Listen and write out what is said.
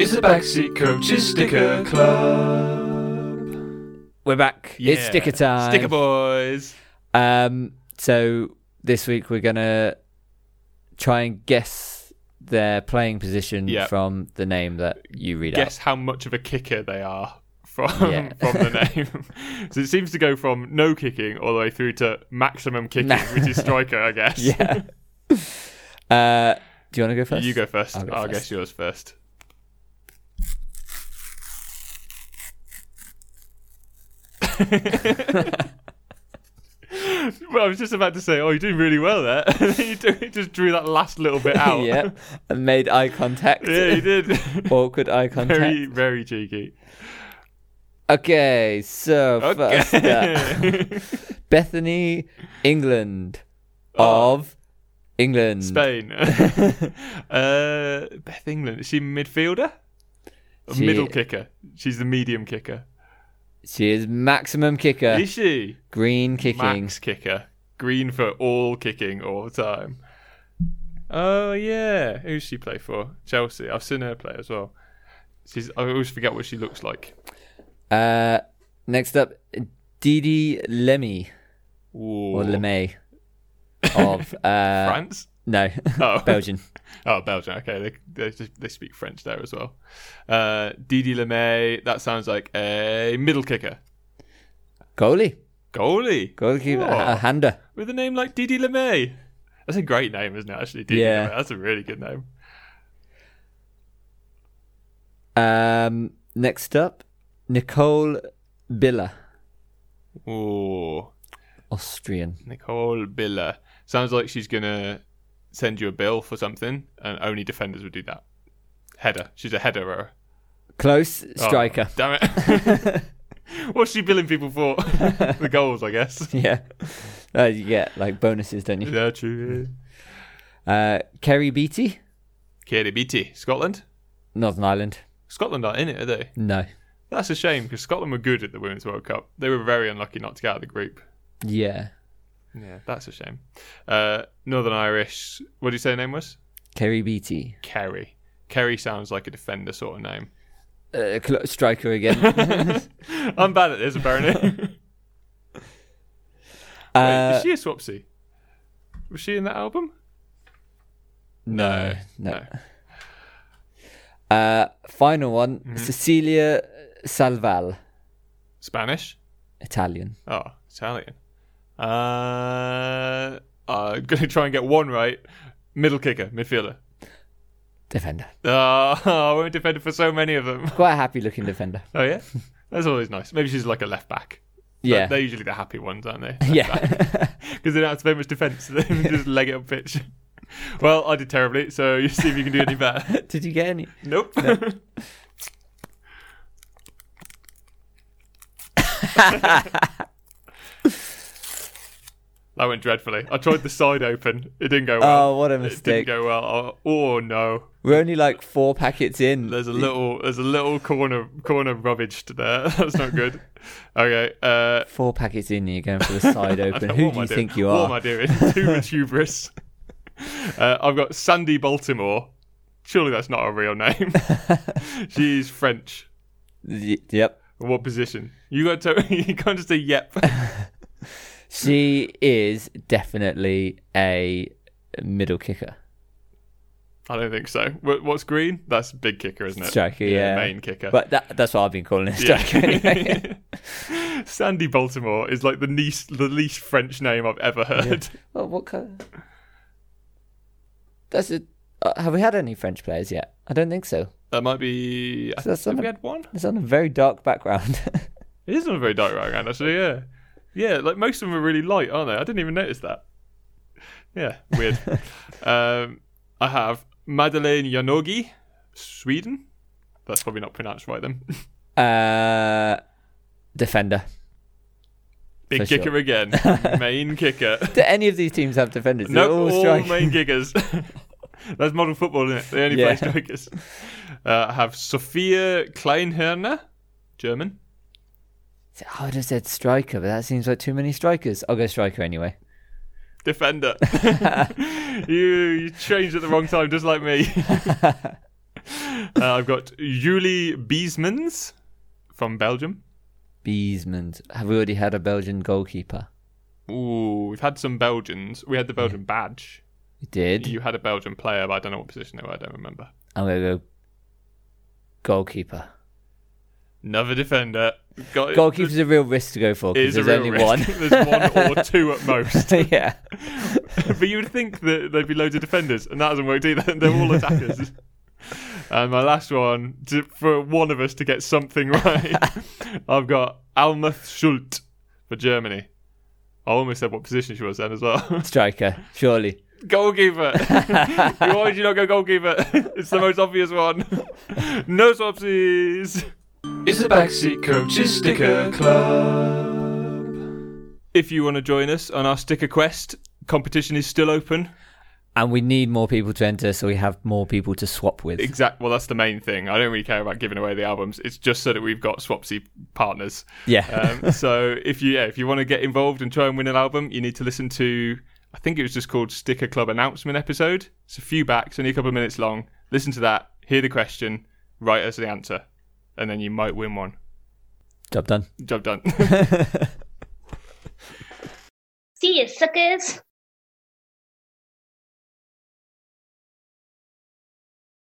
It's the Backseat Coaches Sticker Club. We're back. It's Yeah. sticker time. Sticker boys. Um, so this week we're gonna try and guess their playing position Yep. from the name that you read Guess how much of a kicker they are from Yeah. from the name. so it seems to go from no kicking all the way through to maximum kicking, Ma- which is striker, I guess. out. Yeah. uh, do you want to go first? You go 1st I'll I'll go first. guess yours first. well, I was just about to say, oh, you're doing really well there. And then you do- you just drew that last little bit out. yeah. And made eye contact. yeah, you did. Awkward eye contact. very, very cheeky. Okay, so Okay. first up, Bethany, England, Oh. of England. Spain. uh, Beth England. Is she a midfielder? Or She- Middle kicker. She's the medium kicker. She is maximum kicker, Is she? green kicking. Max kicker. Green for all kicking all the time. Oh yeah. Who's she play for? Chelsea. I've seen her play as well. She's I always forget what she looks like. Uh, next up, Didi Lemmy Ooh. or Lemay of uh, France? no Oh. Belgian. Oh, Belgium. Okay, they they, they speak French there as well. Uh, Didi Lemay. That sounds like a middle kicker, Goalie, goalie goalkeeper, Oh. a, a hander. with a name like Didi Lemay. That's a great name, isn't it? Actually, Didi Yeah. Lemay. That's a really good name. Um, next up, Nicole Biller, Ooh, Austrian. Nicole Biller. Sounds like she's gonna send you a bill for something, and only defenders would do that. Header. She's a headerer. Close Oh, striker. damn it. What's she billing people for? the goals, I guess. Yeah, uh, you get like bonuses, don't you? Yeah, true. Uh, Kerry Beatty, Kiribati, Scotland. Northern Ireland. Scotland aren't in it, are they? No. That's a shame because Scotland were good at the Women's World Cup. They were very unlucky not to get out of the group. Yeah. Yeah, that's a shame. Uh, Northern Irish. What did you say her name was? Kerry Beatty, Kerry. Kerry sounds like a defender sort of name. uh, cl- striker again. I'm bad at this apparently. Wait, Uh, is she a Swapsy? Was she in that album? no, no. No. Uh, final one, Mm-hmm. Cecilia Salval, Spanish. Italian. Oh, Italian. Uh, I'm gonna try and get one right. Middle kicker, midfielder. Defender. Uh, I won't defend for so many of them. Quite a happy looking defender. Oh yeah, that's always nice. Maybe she's like a left back. Yeah. They're usually the happy ones, aren't they? yeah. because they don't have to play much defence. So they can just leg it up pitch. Well, I did terribly, so you see if you can do any better. Did you get any? nope. that went dreadfully. I tried the side open. It didn't go well. Oh, what a it didn't mistake. go well. Oh, oh, no. We're only like four packets in. There's a little there's a little corner corner rubbaged there. That's not good. Okay. Uh Four packets in, you're going for the side open. Now, Who what do am I you doing? think you What are? am I doing? Too much hubris. Uh, I've got Sandy Baltimore. Surely that's not a real name. She's French. Y- yep. What position? You got to. You can't just say yep. She is definitely a middle kicker. I don't think so. What, what's green? That's big kicker, isn't it? Striker, yeah. main kicker. But that, that's what I've been calling a Yeah. striker anyway. Sandy Baltimore is like the least the least French name I've ever heard. Well, what colour? That's it. Uh, have we had any French players yet? I don't think so. That might be. I So that's think something- we had one. It's on a very dark background. It is on a very dark background, actually. Yeah, yeah. Like most of them are really light, aren't they? I didn't even notice that. Yeah, weird. um, I have Madeleine Janogy, Sweden. That's probably not pronounced right. Then uh, defender. big For sure. kicker again, main kicker. Do any of these teams have defenders? No, No, all, all strikers. main kickers. That's modern football, isn't it? They only Yeah. play strikers. Uh, I have Sophia Kleinhörner, German. I would have said striker, but that seems like too many strikers. I'll go striker anyway. defender. you you changed at the wrong time, just like me. Uh, I've got Julie Biesmans from Belgium. Beesmans. Have we already had a Belgian goalkeeper? Ooh, we've had some Belgians. We had the Belgian badge. We did. You had a Belgian player, but I don't know what position they were. I don't remember. I'm going to go goalkeeper. Another defender. Got Goalkeeper's a real risk to go for It because is a there's real only risk. one. There's one or two at most. yeah. but you would think that there'd be loads of defenders, and that hasn't worked either. They're all attackers. and my last one, to, for one of us to get something right, I've got Almuth Schult for Germany. I almost said what position she was then as well. Striker, surely. goalkeeper. Why would you not go goalkeeper? it's the most obvious one. no swapsies. It's the Backseat Coaches Sticker Club. If you want to join us on our sticker quest, competition is still open. And we need more people to enter so we have more people to swap with. Exact. Well, that's the main thing. I don't really care about giving away the albums. It's just so that we've got swapsy partners. yeah. Um, so if you yeah, if you want to get involved and try and win an album, you need to listen to. I think it was just called Sticker Club Announcement episode. It's a few backs, only a couple of minutes long. Listen to that. Hear the question. Write us the answer, and then you might win one. Job done. Job done. See you, suckers.